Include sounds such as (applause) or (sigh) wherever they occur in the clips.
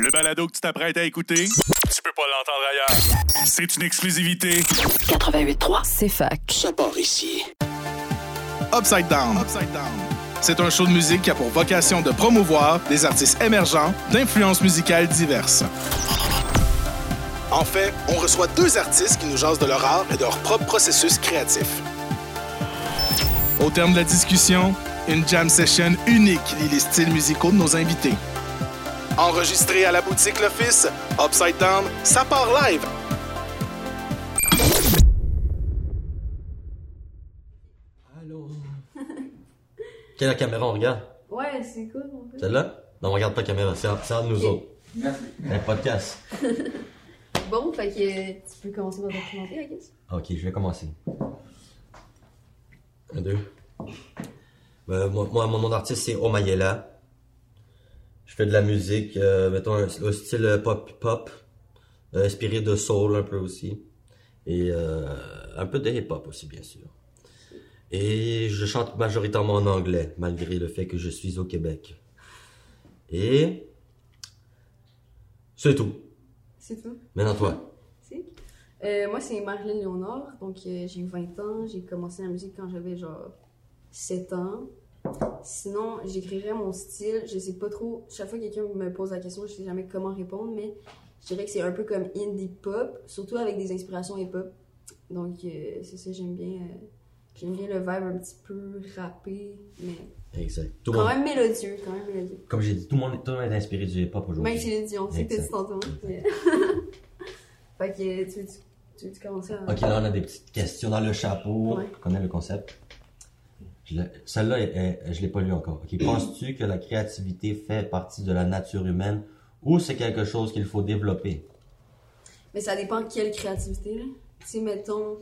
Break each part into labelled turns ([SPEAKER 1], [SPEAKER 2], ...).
[SPEAKER 1] Le balado que tu t'apprêtes à écouter, tu peux pas l'entendre ailleurs. C'est une exclusivité.
[SPEAKER 2] 88.3,
[SPEAKER 3] C'est fac.
[SPEAKER 4] Ça part ici.
[SPEAKER 5] Upside Down. C'est un show de musique qui a pour vocation de promouvoir des artistes émergents d'influences musicales diverses. En fait, on reçoit deux artistes qui nous jasent de leur art et de leur propre processus créatif. Au terme de la discussion, une jam session unique lie les styles musicaux de nos invités. Enregistré à la boutique L'Office, Upside Down, ça part live
[SPEAKER 6] Allô? Quelle est la caméra, on regarde?
[SPEAKER 7] Ouais, c'est cool en fait.
[SPEAKER 6] Celle-là? Non, on regarde pas la caméra, c'est entre c'est entre nous autres. Merci. Un podcast.
[SPEAKER 7] Bon, fait que euh, tu peux commencer par te présenter, I guess.
[SPEAKER 6] Ok, je vais commencer. Un, deux. Ben, moi, moi, mon nom d'artiste, c'est Omayela. Je fais de la musique, euh, mettons, un, un style pop-pop, inspiré de soul un peu aussi. Et euh, un peu de hip-hop aussi, bien sûr. Et je chante majoritairement en anglais, malgré le fait que je suis au Québec. Et... C'est tout.
[SPEAKER 7] C'est tout.
[SPEAKER 6] Maintenant, toi.
[SPEAKER 7] C'est. Euh, moi, c'est Marilyn Léonard, donc euh, j'ai 20 ans. J'ai commencé la musique quand j'avais genre 7 ans. Sinon, j'écrirais mon style. Je sais pas trop. Chaque fois que quelqu'un me pose la question, je sais jamais comment répondre, mais je dirais que c'est un peu comme indie pop, surtout avec des inspirations hip-hop. Donc, euh, c'est ça, j'aime bien. euh, j'aime bien le vibe un petit peu rappé, mais
[SPEAKER 6] Exact. Tout le
[SPEAKER 7] quand
[SPEAKER 6] monde-
[SPEAKER 7] même mélodieux, quand même mélodieux.
[SPEAKER 6] comme j'ai dit, tout le monde, tout le monde est inspiré du hip-hop
[SPEAKER 7] Même
[SPEAKER 6] aujourd'hui.
[SPEAKER 7] Céline Dion, Ben, c'est que t'as dit
[SPEAKER 6] Exact.
[SPEAKER 7] tantôt. mais- (laughs) fait que tu veux, tu veux-tu commencer à.
[SPEAKER 6] Ok, là, on a des petites questions dans le chapeau.
[SPEAKER 7] Ouais.
[SPEAKER 6] On connaît le concept. Je l'ai- Celle-là, est- est- je l'ai pas lu encore.
[SPEAKER 7] (clears throat)
[SPEAKER 6] Ok, penses-tu que la créativité fait partie de la nature humaine ou c'est quelque chose qu'il faut développer?
[SPEAKER 7] Mais ça dépend quelle créativité. là. Tu sais, mettons,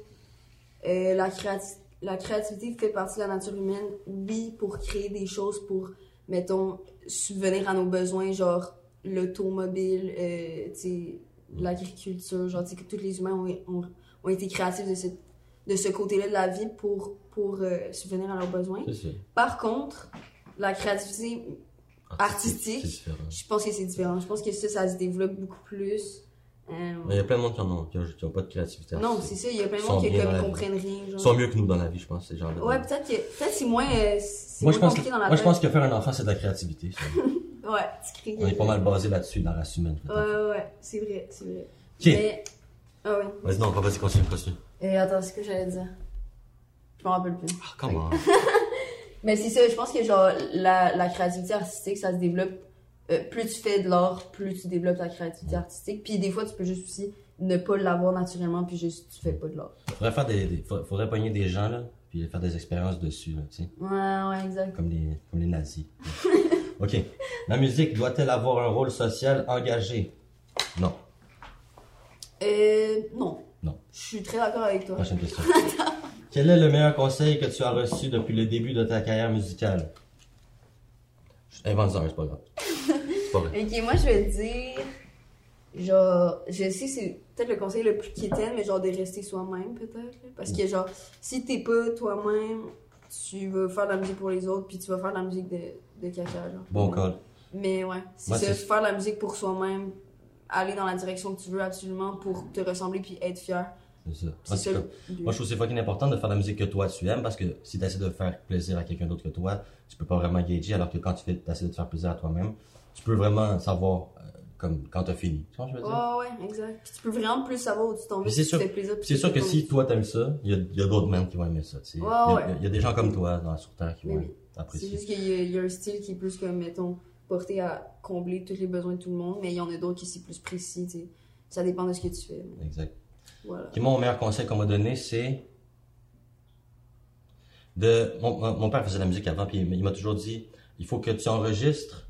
[SPEAKER 7] euh, la, créati- la créativité fait partie de la nature humaine, oui, pour créer des choses, pour, mettons, subvenir à nos besoins, genre l'automobile, euh, tu sais,
[SPEAKER 6] Mm.
[SPEAKER 7] l'agriculture, genre, tu sais, que tous les humains ont, ont, ont été créatifs de ce, de ce côté-là de la vie pour, pour euh, subvenir à leurs besoins.
[SPEAKER 6] C'est ça.
[SPEAKER 7] Par contre, la créativité Artistique.
[SPEAKER 6] C'est différent.
[SPEAKER 7] Je pense que c'est différent. Je pense que ça, ça se développe beaucoup plus. Euh,
[SPEAKER 6] Mais il y a plein de monde qui en ont, qui ont, qui ont pas de créativité.
[SPEAKER 7] non, c'est
[SPEAKER 6] artistique.
[SPEAKER 7] ça. Il y a plein de
[SPEAKER 6] Ils
[SPEAKER 7] monde
[SPEAKER 6] sont
[SPEAKER 7] qui
[SPEAKER 6] bien dans
[SPEAKER 7] comme,
[SPEAKER 6] la vie.
[SPEAKER 7] comprennent rien.
[SPEAKER 6] Ils
[SPEAKER 7] Genre.
[SPEAKER 6] sont mieux que nous dans la vie, je pense, ces gens-là.
[SPEAKER 7] Ouais, peut-être que peut-être c'est moins, euh, c'est
[SPEAKER 6] moi, je pense, que,
[SPEAKER 7] moins compliqué dans la
[SPEAKER 6] moi, je
[SPEAKER 7] tête.
[SPEAKER 6] pense que faire un enfant, c'est de la créativité.
[SPEAKER 7] (laughs)
[SPEAKER 6] ça.
[SPEAKER 7] Ouais, tu crées.
[SPEAKER 6] on est pas mal basé là-dessus, dans la humaine.
[SPEAKER 7] Ouais, ouais, ouais, c'est vrai, c'est vrai.
[SPEAKER 6] Ok.
[SPEAKER 7] Mais. Ah ouais.
[SPEAKER 6] Vas-y, non, vas-y, continue, continue.
[SPEAKER 7] Et Euh, attends, c'est ce que j'allais dire. Je m'en rappelle plus.
[SPEAKER 6] Ah, comment?
[SPEAKER 7] Mais c'est ça, je pense que genre la, la créativité artistique, ça se développe. euh, plus tu fais de l'art, plus tu développes ta créativité artistique. Puis des fois, tu peux juste aussi ne pas l'avoir naturellement, puis juste tu fais pas de l'art.
[SPEAKER 6] Faudrait faire des, des- faudrait, faudrait pogner des gens là, puis faire des expériences dessus là, tu sais,
[SPEAKER 7] Ouais, ouais, exact.
[SPEAKER 6] comme les comme les
[SPEAKER 7] (laughs)
[SPEAKER 6] nazis. ok. La musique doit-elle avoir un rôle social engagé Non.
[SPEAKER 7] Euh, non.
[SPEAKER 6] Non.
[SPEAKER 7] Je suis très d'accord avec toi.
[SPEAKER 6] Prochaine
[SPEAKER 7] (laughs)
[SPEAKER 6] question. Quel est le meilleur conseil que tu as reçu depuis le début de ta carrière musicale Je invente ça, c'est pas grave. C'est pas vrai.
[SPEAKER 7] (laughs) Ok, moi je vais dire. Genre, je sais, c'est peut-être le conseil le plus quétaine, mais genre de rester soi-même peut-être. là. Parce que genre, si t'es pas toi-même, tu vas faire de la musique pour les autres, puis tu vas faire de la musique de, de caca. Genre.
[SPEAKER 6] Bon
[SPEAKER 7] mais,
[SPEAKER 6] call.
[SPEAKER 7] Mais ouais, c'est
[SPEAKER 6] Moi,
[SPEAKER 7] ça,
[SPEAKER 6] c'est-
[SPEAKER 7] faire de la musique pour soi-même, aller dans la direction que tu veux absolument pour te ressembler puis être fier.
[SPEAKER 6] C'est ça.
[SPEAKER 7] C'est ça.
[SPEAKER 6] Moi,
[SPEAKER 7] le-
[SPEAKER 6] c'est- Moi, je trouve que c'est fucking important de faire la musique que toi tu aimes parce que si tu essaies de faire plaisir à quelqu'un d'autre que toi, tu peux pas vraiment gager alors que quand tu essaies de te faire plaisir à toi-même, tu peux vraiment savoir euh, comme quand t'as fini. Tu vois ce que je veux dire?
[SPEAKER 7] Ouais, ouais, exact. Puis tu peux vraiment plus savoir où tu t'en vas,
[SPEAKER 6] Puis
[SPEAKER 7] si
[SPEAKER 6] c'est
[SPEAKER 7] tu
[SPEAKER 6] sûr-
[SPEAKER 7] fais plaisir. puis
[SPEAKER 6] C'est sûr que
[SPEAKER 7] tu t'en-
[SPEAKER 6] si toi t'aimes ça, il y a, il y a d'autres men qui vont aimer ça. tu sais. Il
[SPEAKER 7] Ouais,
[SPEAKER 6] y,
[SPEAKER 7] ouais.
[SPEAKER 6] a- il y a des gens comme toi dans la sur terre qui
[SPEAKER 7] Mais
[SPEAKER 6] vont
[SPEAKER 7] oui. C'est
[SPEAKER 6] apprécier.
[SPEAKER 7] juste qu'il y, a- il y a un style qui est plus comme, mettons, porté à combler tous les besoins de tout le monde, mais il y en a d'autres qui c'est plus précis, tu sais. Ça dépend de ce que tu fais. mais
[SPEAKER 6] Exact.
[SPEAKER 7] Voilà.
[SPEAKER 6] Ok, mon meilleur conseil qu'on m'a donné, c'est de. Mon, mon- mon père faisait de la musique avant, puis il m- il m'a toujours dit il faut que tu enregistres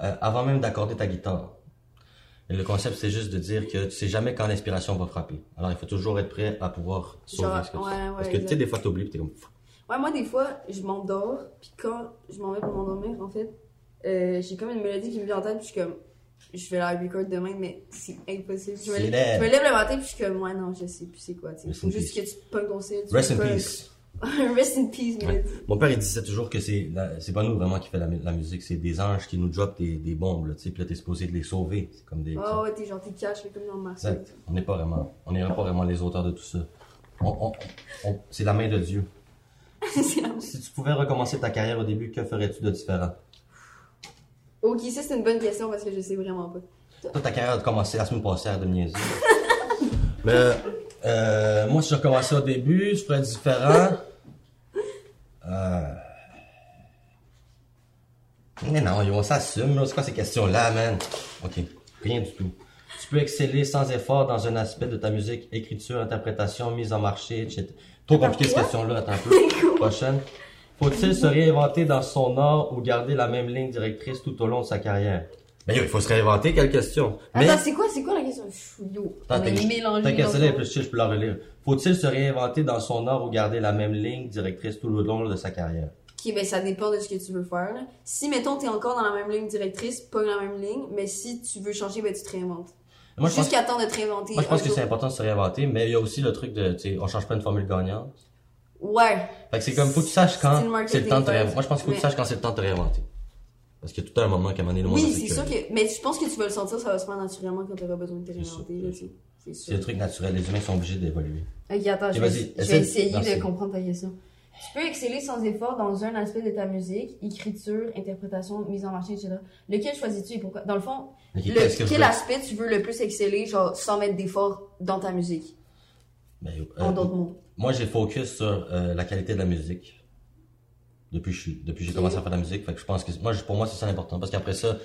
[SPEAKER 6] euh, avant même d'accorder ta guitare. Et le concept, c'est juste de dire que tu sais jamais quand l'inspiration va frapper. Alors, il faut toujours être prêt à pouvoir sauver
[SPEAKER 7] Genre,
[SPEAKER 6] ce que tu
[SPEAKER 7] ouais,
[SPEAKER 6] fais.
[SPEAKER 7] ouais,
[SPEAKER 6] Parce que tu sais,
[SPEAKER 7] exact.
[SPEAKER 6] des fois, t'oublies, puis t'es comme.
[SPEAKER 7] Ouais, moi, des fois, je m'endors, puis quand je m'en vais pour m'endormir, en fait, euh, j'ai comme une mélodie qui me vient en tête, puis je suis comme, je vais la record demain, mais c'est impossible. Je me,
[SPEAKER 6] C'est
[SPEAKER 7] lève,
[SPEAKER 6] laid.
[SPEAKER 7] je me lève le matin, puis je suis comme, ouais, non, je sais plus c'est quoi, tu sais.
[SPEAKER 6] Rest
[SPEAKER 7] Faut
[SPEAKER 6] in
[SPEAKER 7] juste que
[SPEAKER 6] peace.
[SPEAKER 7] tu te pognes ton style. tu
[SPEAKER 6] Rest in
[SPEAKER 7] te pognes-
[SPEAKER 6] peace.
[SPEAKER 7] (laughs) Rest in peace, mais
[SPEAKER 6] Ouais. Mon père, il disait toujours que c'est la- c'est pas nous vraiment qui fait la, mu- la musique, c'est des anges qui nous drop des, des bombes, là, tu sais, puis là, t'es supposé de les sauver. C'est comme des.
[SPEAKER 7] Oh, ouais, t'es genre, t'es cash, mais comme dans Mars.
[SPEAKER 6] Exact. On n'est pas vraiment, on n'est pas vraiment les auteurs de tout ça. On- on- on- c'est la main de Dieu.
[SPEAKER 7] (laughs) C'est la-
[SPEAKER 6] Si tu pouvais recommencer ta carrière au début, que ferais-tu de différent?
[SPEAKER 7] ok, ça, c'est une bonne question parce que je sais vraiment pas.
[SPEAKER 6] Toi, ta carrière a commencé la semaine passée à de me niaiser. Mais euh, moi, si je recommençais au début, je ferais différent. Euh... Mais non, yo, on s'assume. là. C'est quoi ces questions-là, man? OK, rien du tout. Tu peux exceller sans effort dans un aspect de ta musique, écriture, interprétation, mise en marché, etc. Trop compliqué cette question-là, attends un
[SPEAKER 7] (laughs)
[SPEAKER 6] peu. Prochaine. Faut-il se réinventer dans son art ou garder la même ligne directrice tout au long de sa carrière? Ben yo, il faut se réinventer, quelle question? Mais-
[SPEAKER 7] Attends, c'est quoi, c'est quoi la question? Pff, Yo, on
[SPEAKER 6] Attends,
[SPEAKER 7] est
[SPEAKER 6] t'as-
[SPEAKER 7] mélangé.
[SPEAKER 6] T'as
[SPEAKER 7] dans
[SPEAKER 6] cassé là,
[SPEAKER 7] son-
[SPEAKER 6] plus chill, je peux la relire. Faut-il se réinventer dans son art ou garder la même ligne directrice tout le long de sa carrière?
[SPEAKER 7] Ok, ben ça dépend de ce que tu veux faire. là. Si, mettons, t'es encore dans la même ligne directrice, pas la même ligne, mais si tu veux changer, ben tu te réinventes.
[SPEAKER 6] Et Moi, je pense,
[SPEAKER 7] Jusqu'à temps de te réinventer.
[SPEAKER 6] moi, je pense
[SPEAKER 7] un
[SPEAKER 6] que
[SPEAKER 7] jour.
[SPEAKER 6] c'est important de se réinventer, mais il y a aussi le truc de, tu sais, on change pas une formule gagnante.
[SPEAKER 7] Ouais.
[SPEAKER 6] Fait que c'est comme, faut que tu saches
[SPEAKER 7] C'est le
[SPEAKER 6] quand
[SPEAKER 7] marketing
[SPEAKER 6] c'est le temps de te
[SPEAKER 7] first.
[SPEAKER 6] réinventer. Moi, je pense qu'il faut que tu
[SPEAKER 7] Mais-
[SPEAKER 6] saches quand c'est le temps de te réinventer. Parce qu'il y a tout un moment qu'à un moment donné, le monde
[SPEAKER 7] Oui,
[SPEAKER 6] va
[SPEAKER 7] c'est sûr que. Mais je pense que tu vas le sentir, ça va se faire naturellement quand t'auras besoin de te
[SPEAKER 6] C'est sûr,
[SPEAKER 7] réinventer.
[SPEAKER 6] c'est
[SPEAKER 7] là,
[SPEAKER 6] sûr.
[SPEAKER 7] tu- C'est
[SPEAKER 6] C'est le
[SPEAKER 7] sûr.
[SPEAKER 6] truc naturel. Les humains sont obligés d'évoluer.
[SPEAKER 7] Ok, attends, je
[SPEAKER 6] Ok,
[SPEAKER 7] vais,
[SPEAKER 6] vas-y,
[SPEAKER 7] je vais
[SPEAKER 6] essaie.
[SPEAKER 7] essayer
[SPEAKER 6] Merci.
[SPEAKER 7] de comprendre ta question. Tu peux exceller sans effort dans un aspect de ta musique, écriture, interprétation, mise en marché, etc. Lequel choisis-tu et pourquoi Dans le fond,
[SPEAKER 6] Ok,
[SPEAKER 7] le-
[SPEAKER 6] qu'est-ce que je
[SPEAKER 7] quel
[SPEAKER 6] veux-
[SPEAKER 7] aspect tu veux le plus exceller, genre sans mettre d'effort dans ta musique
[SPEAKER 6] Ben, yo,
[SPEAKER 7] En
[SPEAKER 6] euh,
[SPEAKER 7] d'autres mots.
[SPEAKER 6] Moi, j'ai focus sur euh, la qualité de la musique. Depuis que je suis- depuis que j'ai commencé à faire de la musique, fait que je pense que moi, je- pour moi, c'est ça l'important parce qu'après ça,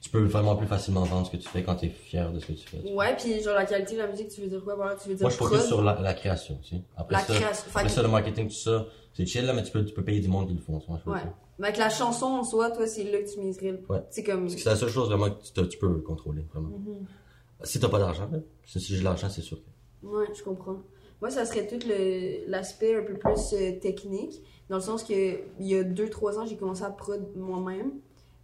[SPEAKER 6] tu peux vraiment plus facilement vendre ce que tu fais quand tu es fier de ce que tu fais.
[SPEAKER 7] Ouais, puis genre la qualité de la musique, tu veux dire quoi par là? Tu veux dire
[SPEAKER 6] Moi, je focus
[SPEAKER 7] prod?
[SPEAKER 6] sur la, la création, tu sais. Après
[SPEAKER 7] La
[SPEAKER 6] ça,
[SPEAKER 7] création. Fait
[SPEAKER 6] après
[SPEAKER 7] que-
[SPEAKER 6] ça, le marketing, tout ça, c'est chill là, mais tu peux, tu peux payer du monde qui le font, tu vois, je
[SPEAKER 7] Ouais.
[SPEAKER 6] veux dire.
[SPEAKER 7] Mais avec la chanson en soi, toi, c'est là que tu miserais le
[SPEAKER 6] Ouais.
[SPEAKER 7] C'est comme. Mhm.
[SPEAKER 6] Parce que c'est la seule chose vraiment que tu, te- tu peux contrôler, vraiment. Si t'as pas d'argent, là, si, si j'ai de l'argent, c'est sûr. que-
[SPEAKER 7] Ouais, je comprends. Moi, ça serait tout le- l'aspect un peu plus euh, technique, dans le sens que il y a 2-3 ans, j'ai commencé à prod moi-même.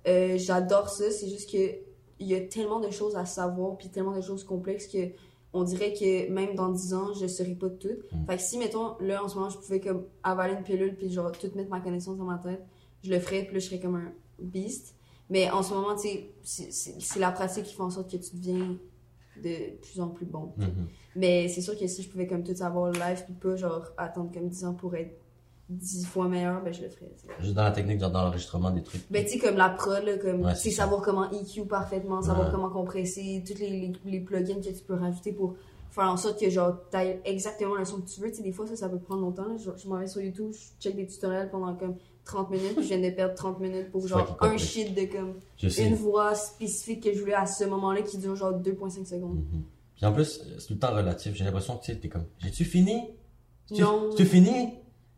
[SPEAKER 7] Euh, J'adore ça, c'est juste que il y a tellement de choses à savoir, puis tellement de choses complexes que on dirait que même dans 10 ans, je ne serai pas de toutes.
[SPEAKER 6] Mm.
[SPEAKER 7] Fait que si, mettons, là, en ce moment, je pouvais comme avaler une pilule, puis genre tout mettre ma connaissance dans ma tête, je le ferais, puis là, je serais comme un beast. Mais en ce moment, tu sais, c'est- c'est c'est la pratique qui fait en sorte que tu deviens de plus en plus bon. tu sais.
[SPEAKER 6] Mhm.
[SPEAKER 7] Mais c'est sûr que si je pouvais comme tout savoir live puis pas genre attendre comme 10 ans pour être 10 fois meilleur, ben je le ferais. tu sais.
[SPEAKER 6] Juste dans la technique, genre dans l'enregistrement des trucs.
[SPEAKER 7] Ben tu sais comme la prod là, comme
[SPEAKER 6] Ouais,
[SPEAKER 7] tu sais
[SPEAKER 6] c'est ça.
[SPEAKER 7] savoir comment EQ parfaitement, savoir
[SPEAKER 6] Ouais.
[SPEAKER 7] comment compresser, toutes les, les, les plugins que tu peux rajouter pour faire en sorte que genre t'ailles exactement le son que tu veux. Tu sais des fois ça ça peut prendre longtemps. là. Je, je m'en vais sur YouTube, je check des tutoriels pendant comme 30 minutes, puis je viens de perdre 30 minutes pour
[SPEAKER 6] C'est
[SPEAKER 7] genre
[SPEAKER 6] toi qui
[SPEAKER 7] un
[SPEAKER 6] compris.
[SPEAKER 7] shit de comme
[SPEAKER 6] je sais.
[SPEAKER 7] une voix spécifique que je voulais à ce moment-là qui dure genre 2.5 secondes.
[SPEAKER 6] Mhm. Puis en plus, c'est tout le temps relatif. J'ai l'impression que tu sais, t'es comme, j'ai-tu fini? J'ai-tu-
[SPEAKER 7] Non.
[SPEAKER 6] J'ai-tu fini?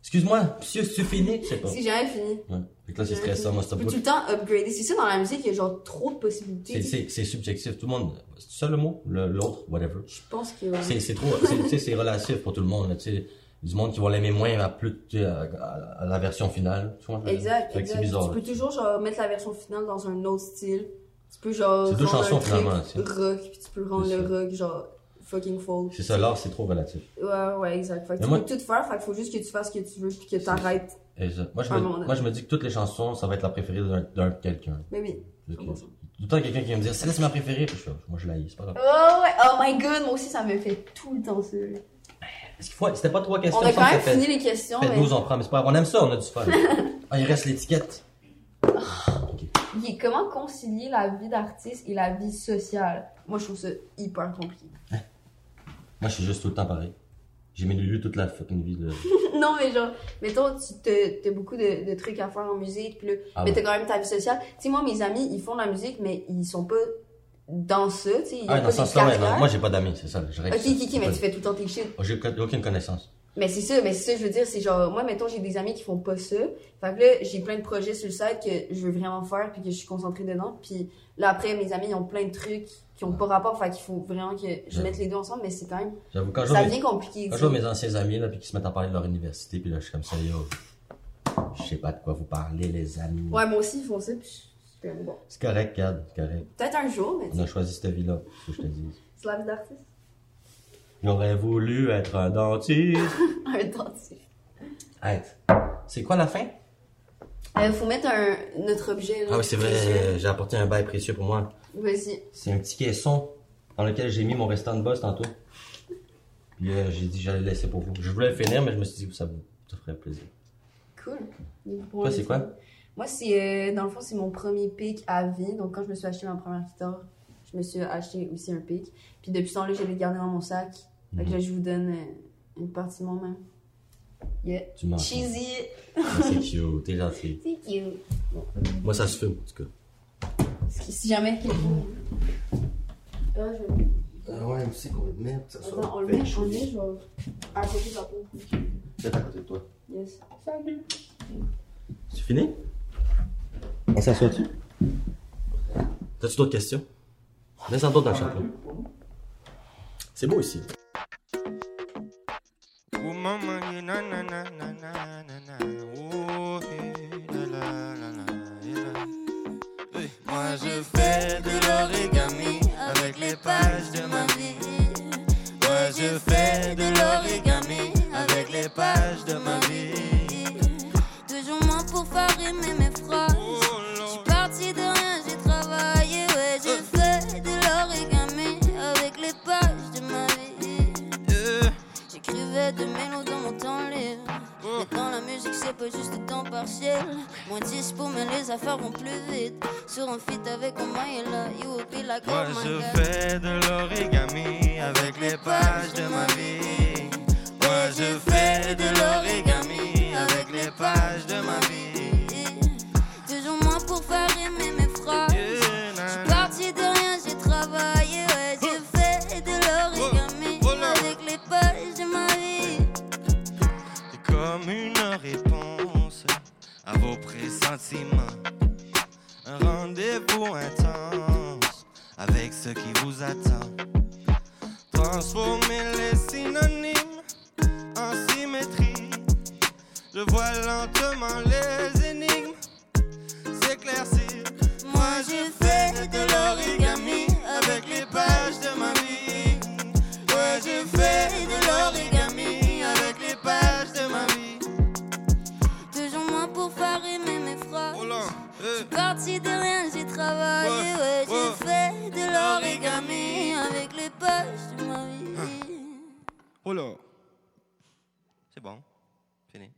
[SPEAKER 6] Excuse-moi, monsieur, j'ai-tu fini? Je sais pas.
[SPEAKER 7] Si j'avais fini.
[SPEAKER 6] Ouais. Fait que là, c'est
[SPEAKER 7] Ouais,
[SPEAKER 6] stressant, moi, c'est
[SPEAKER 7] Tu
[SPEAKER 6] un
[SPEAKER 7] peux
[SPEAKER 6] peu-
[SPEAKER 7] tout le temps upgrader. C'est ça dans la musique, il y a genre trop de
[SPEAKER 6] c'est-
[SPEAKER 7] possibilités.
[SPEAKER 6] C'est c'est subjectif. Tout le monde, c'est ça le mot? Le- L'autre, whatever.
[SPEAKER 7] Je pense que. ouais.
[SPEAKER 6] C'est c'est trop, c'est- tu sais, c'est relatif pour tout le monde, là, tu sais. Du monde qui va l'aimer moins à plus, tu sais, à, à- à la version finale. Tu vois, je veux
[SPEAKER 7] Exact,
[SPEAKER 6] dire. Fait que
[SPEAKER 7] exact.
[SPEAKER 6] c'est bizarre.
[SPEAKER 7] Tu peux
[SPEAKER 6] là.
[SPEAKER 7] toujours genre mettre la version finale dans un autre style. Tu peux genre.
[SPEAKER 6] C'est deux
[SPEAKER 7] rendre
[SPEAKER 6] chansons,
[SPEAKER 7] un truc
[SPEAKER 6] finalement, tu sais.
[SPEAKER 7] Rock, puis tu peux rendre
[SPEAKER 6] C'est
[SPEAKER 7] le
[SPEAKER 6] ça.
[SPEAKER 7] rock genre fucking folk.
[SPEAKER 6] C'est ça, l'art, c'est trop relatif.
[SPEAKER 7] Ouais, ouais, exact. Fait que
[SPEAKER 6] Mais
[SPEAKER 7] tu
[SPEAKER 6] moi-
[SPEAKER 7] peux tout faire, fait qu'il faut juste que tu fasses ce que tu veux, puis que t'arrêtes.
[SPEAKER 6] Exact. Moi, je
[SPEAKER 7] Ah,
[SPEAKER 6] me,
[SPEAKER 7] mon Dieu.
[SPEAKER 6] moi, je me dis que toutes les chansons, ça va être la préférée d'un- d'un quelqu'un.
[SPEAKER 7] Mais oui.
[SPEAKER 6] Tout
[SPEAKER 7] Comment ça?
[SPEAKER 6] le temps, quelqu'un qui va me dire, celle-là, c'est ma préférée. Puis je fais, moi, je la hais, c'est pas grave.
[SPEAKER 7] Oh ouais, oh my god, moi aussi ça me fait tout le temps ça.
[SPEAKER 6] Est-ce qu'il faut- C'était pas trois
[SPEAKER 7] On
[SPEAKER 6] questions.
[SPEAKER 7] a
[SPEAKER 6] ça,
[SPEAKER 7] quand même
[SPEAKER 6] ça fait-
[SPEAKER 7] fini les questions.
[SPEAKER 6] fait
[SPEAKER 7] mais-
[SPEAKER 6] 12, on prend, mais c'est pas grave. On aime ça, on a du
[SPEAKER 7] (laughs)
[SPEAKER 6] fun. ah, il reste l'étiquette.
[SPEAKER 7] Ah. Il est comment concilier la vie d'artiste et la vie sociale Moi je trouve ça hyper compliqué.
[SPEAKER 6] Moi, je suis juste tout le temps pareil. J'ai mis le lieu toute la fucking vie.
[SPEAKER 7] (laughs)
[SPEAKER 6] De...
[SPEAKER 7] Non, mais genre, mettons, tu te- t'as beaucoup de, de trucs à faire en musique, puis là,
[SPEAKER 6] Ah
[SPEAKER 7] mais
[SPEAKER 6] ouais.
[SPEAKER 7] t'as quand même ta vie sociale. Tu sais, moi, mes amis, ils font de la musique, mais ils sont pas dans ça, tu sais. Ils
[SPEAKER 6] Ah,
[SPEAKER 7] ont
[SPEAKER 6] dans
[SPEAKER 7] pas
[SPEAKER 6] le
[SPEAKER 7] des
[SPEAKER 6] sens là, ouais, non,
[SPEAKER 7] carrières.
[SPEAKER 6] moi, j'ai pas d'amis, c'est ça. Je règle
[SPEAKER 7] Ok,
[SPEAKER 6] ça.
[SPEAKER 7] ok, ok, mais
[SPEAKER 6] Pas-
[SPEAKER 7] tu fais tout le temps tes shit.
[SPEAKER 6] Oh, J'ai aucun- aucune connaissance.
[SPEAKER 7] Mais c'est ça, mais c'est ça, je veux dire, c'est genre, moi, mettons, j'ai des amis qui font pas ça. Fait que là, j'ai plein de projets sur le site que je veux vraiment faire, puis que je suis concentrée dedans. Puis là, après, mes amis, ils ont plein de trucs qui ont pas rapport, fait qu'il faut vraiment que je
[SPEAKER 6] Ouais.
[SPEAKER 7] mette les deux ensemble, mais c'est quand même.
[SPEAKER 6] J'avoue, quand je
[SPEAKER 7] Ça
[SPEAKER 6] vois mes-
[SPEAKER 7] devient compliqué.
[SPEAKER 6] quand
[SPEAKER 7] tu
[SPEAKER 6] je vois
[SPEAKER 7] sais.
[SPEAKER 6] mes anciens amis, là, puis qui se mettent à parler de leur université, puis là, je suis comme ça, yo. Je sais pas de quoi vous parlez, les amis.
[SPEAKER 7] Ouais, moi aussi, ils font ça, puis je suis comme, bon.
[SPEAKER 6] C'est correct, Cad, c'est correct.
[SPEAKER 7] Peut-être un jour, mais tu
[SPEAKER 6] On
[SPEAKER 7] sais,
[SPEAKER 6] a choisi cette vie-là, c'est ce que je te dis.
[SPEAKER 7] c'est la vie d'artiste.
[SPEAKER 6] J'aurais voulu être un dentiste.
[SPEAKER 7] Un dentiste.
[SPEAKER 6] Hey, c'est quoi la fin?
[SPEAKER 7] Euh, faut mettre un, notre objet. là,
[SPEAKER 6] Ah oui, c'est vrai,
[SPEAKER 7] précieux.
[SPEAKER 6] euh, j'ai apporté un bail précieux pour moi.
[SPEAKER 7] Vas-y.
[SPEAKER 6] C'est un petit caisson dans lequel j'ai mis mon restant de boss tantôt. Puis euh, j'ai dit que j'allais le laisser pour vous. Je voulais le finir, mais je me suis dit que ça vous ça ferait plaisir.
[SPEAKER 7] Cool.
[SPEAKER 6] Toi, c'est quoi?
[SPEAKER 7] Moi, c'est euh, dans le fond, c'est mon premier pic à vie. Donc, quand je me suis acheté ma première guitare, je me suis acheté aussi un pic. Puis depuis ce temps-là, je l'ai gardé dans mon sac. Fait que
[SPEAKER 6] Mhm.
[SPEAKER 7] là, je vous donne euh, une partie de moi-même. Yeah.
[SPEAKER 6] Tu mens.
[SPEAKER 7] Cheesy.
[SPEAKER 6] Ah, C'est cute, t'es gentil.
[SPEAKER 7] C'est cute.
[SPEAKER 6] Moi, ça se fume, en tout cas.
[SPEAKER 7] Si si jamais quelqu'un. Ah, je
[SPEAKER 6] Ah ouais, mais c'est qu'on va le mettre, ça
[SPEAKER 7] Attends, on le met, on le met, je vais. À côté de la peau.
[SPEAKER 6] Peut-être à côté de toi.
[SPEAKER 7] Yes.
[SPEAKER 6] C'est fini? On s'assoit-tu? T'as-tu d'autres questions? Laisse en d'autres dans le chapeau. C'est beau ici.
[SPEAKER 2] Oh maman, you na na na na na na na. Oh, eh, la la la la, eh, la. Eh, Moi je fais de l'origami avec les pages de ma vie. Moi je fais de l'origami avec les pages de ma vie.
[SPEAKER 3] Toujours moins pour faire rimer mes phrases.
[SPEAKER 2] Oh,
[SPEAKER 3] J'suis
[SPEAKER 2] Lord.
[SPEAKER 3] parti de rien, j'ai travaillé, ouais, j'ai fait de l'origami avec les pages de ma vie.
[SPEAKER 2] Eh,
[SPEAKER 3] J'écrivais des mélos dans mon temps libre. Mais
[SPEAKER 2] Oh.
[SPEAKER 3] dans la musique, c'est pas juste le temps partiel. Moins 10 pour mais les affaires vont plus vite. Sur un feat avec Omaïla, you will be like
[SPEAKER 2] Moi
[SPEAKER 3] oh my
[SPEAKER 2] je
[SPEAKER 3] God.
[SPEAKER 2] fais de l'origami avec les pages de ma vie. Moi je fais de l'origami avec les pages de ma vie.
[SPEAKER 3] Toujours moins pour faire aimer mes phrases.
[SPEAKER 2] Eh, na,
[SPEAKER 3] J'suis
[SPEAKER 2] na.
[SPEAKER 3] parti de rien, j'ai travaillé, ouais, j'ai fait de l'origami
[SPEAKER 2] Oh, oh là.
[SPEAKER 3] avec les pages de ma vie.
[SPEAKER 2] C'est comme une réponse à vos pressentiments. Un rendez-vous intense avec ce qui vous attend. Transformez les synonymes en symétrie. Je vois lentement les énigmes s'éclaircir. Moi je fais de l'origami avec les pages de ma vie. Moi je fais de l'origami avec les pages de ma vie.
[SPEAKER 3] Toujours moins pour faire aimer mes phrases.
[SPEAKER 2] Oh là, euh,
[SPEAKER 3] Parti de rien, j'ai travaillé,
[SPEAKER 2] Ouais, ouais.
[SPEAKER 3] ouais, j'ai fait de l'origami avec les pages de ma vie.
[SPEAKER 2] oh là. C'est bon, fini.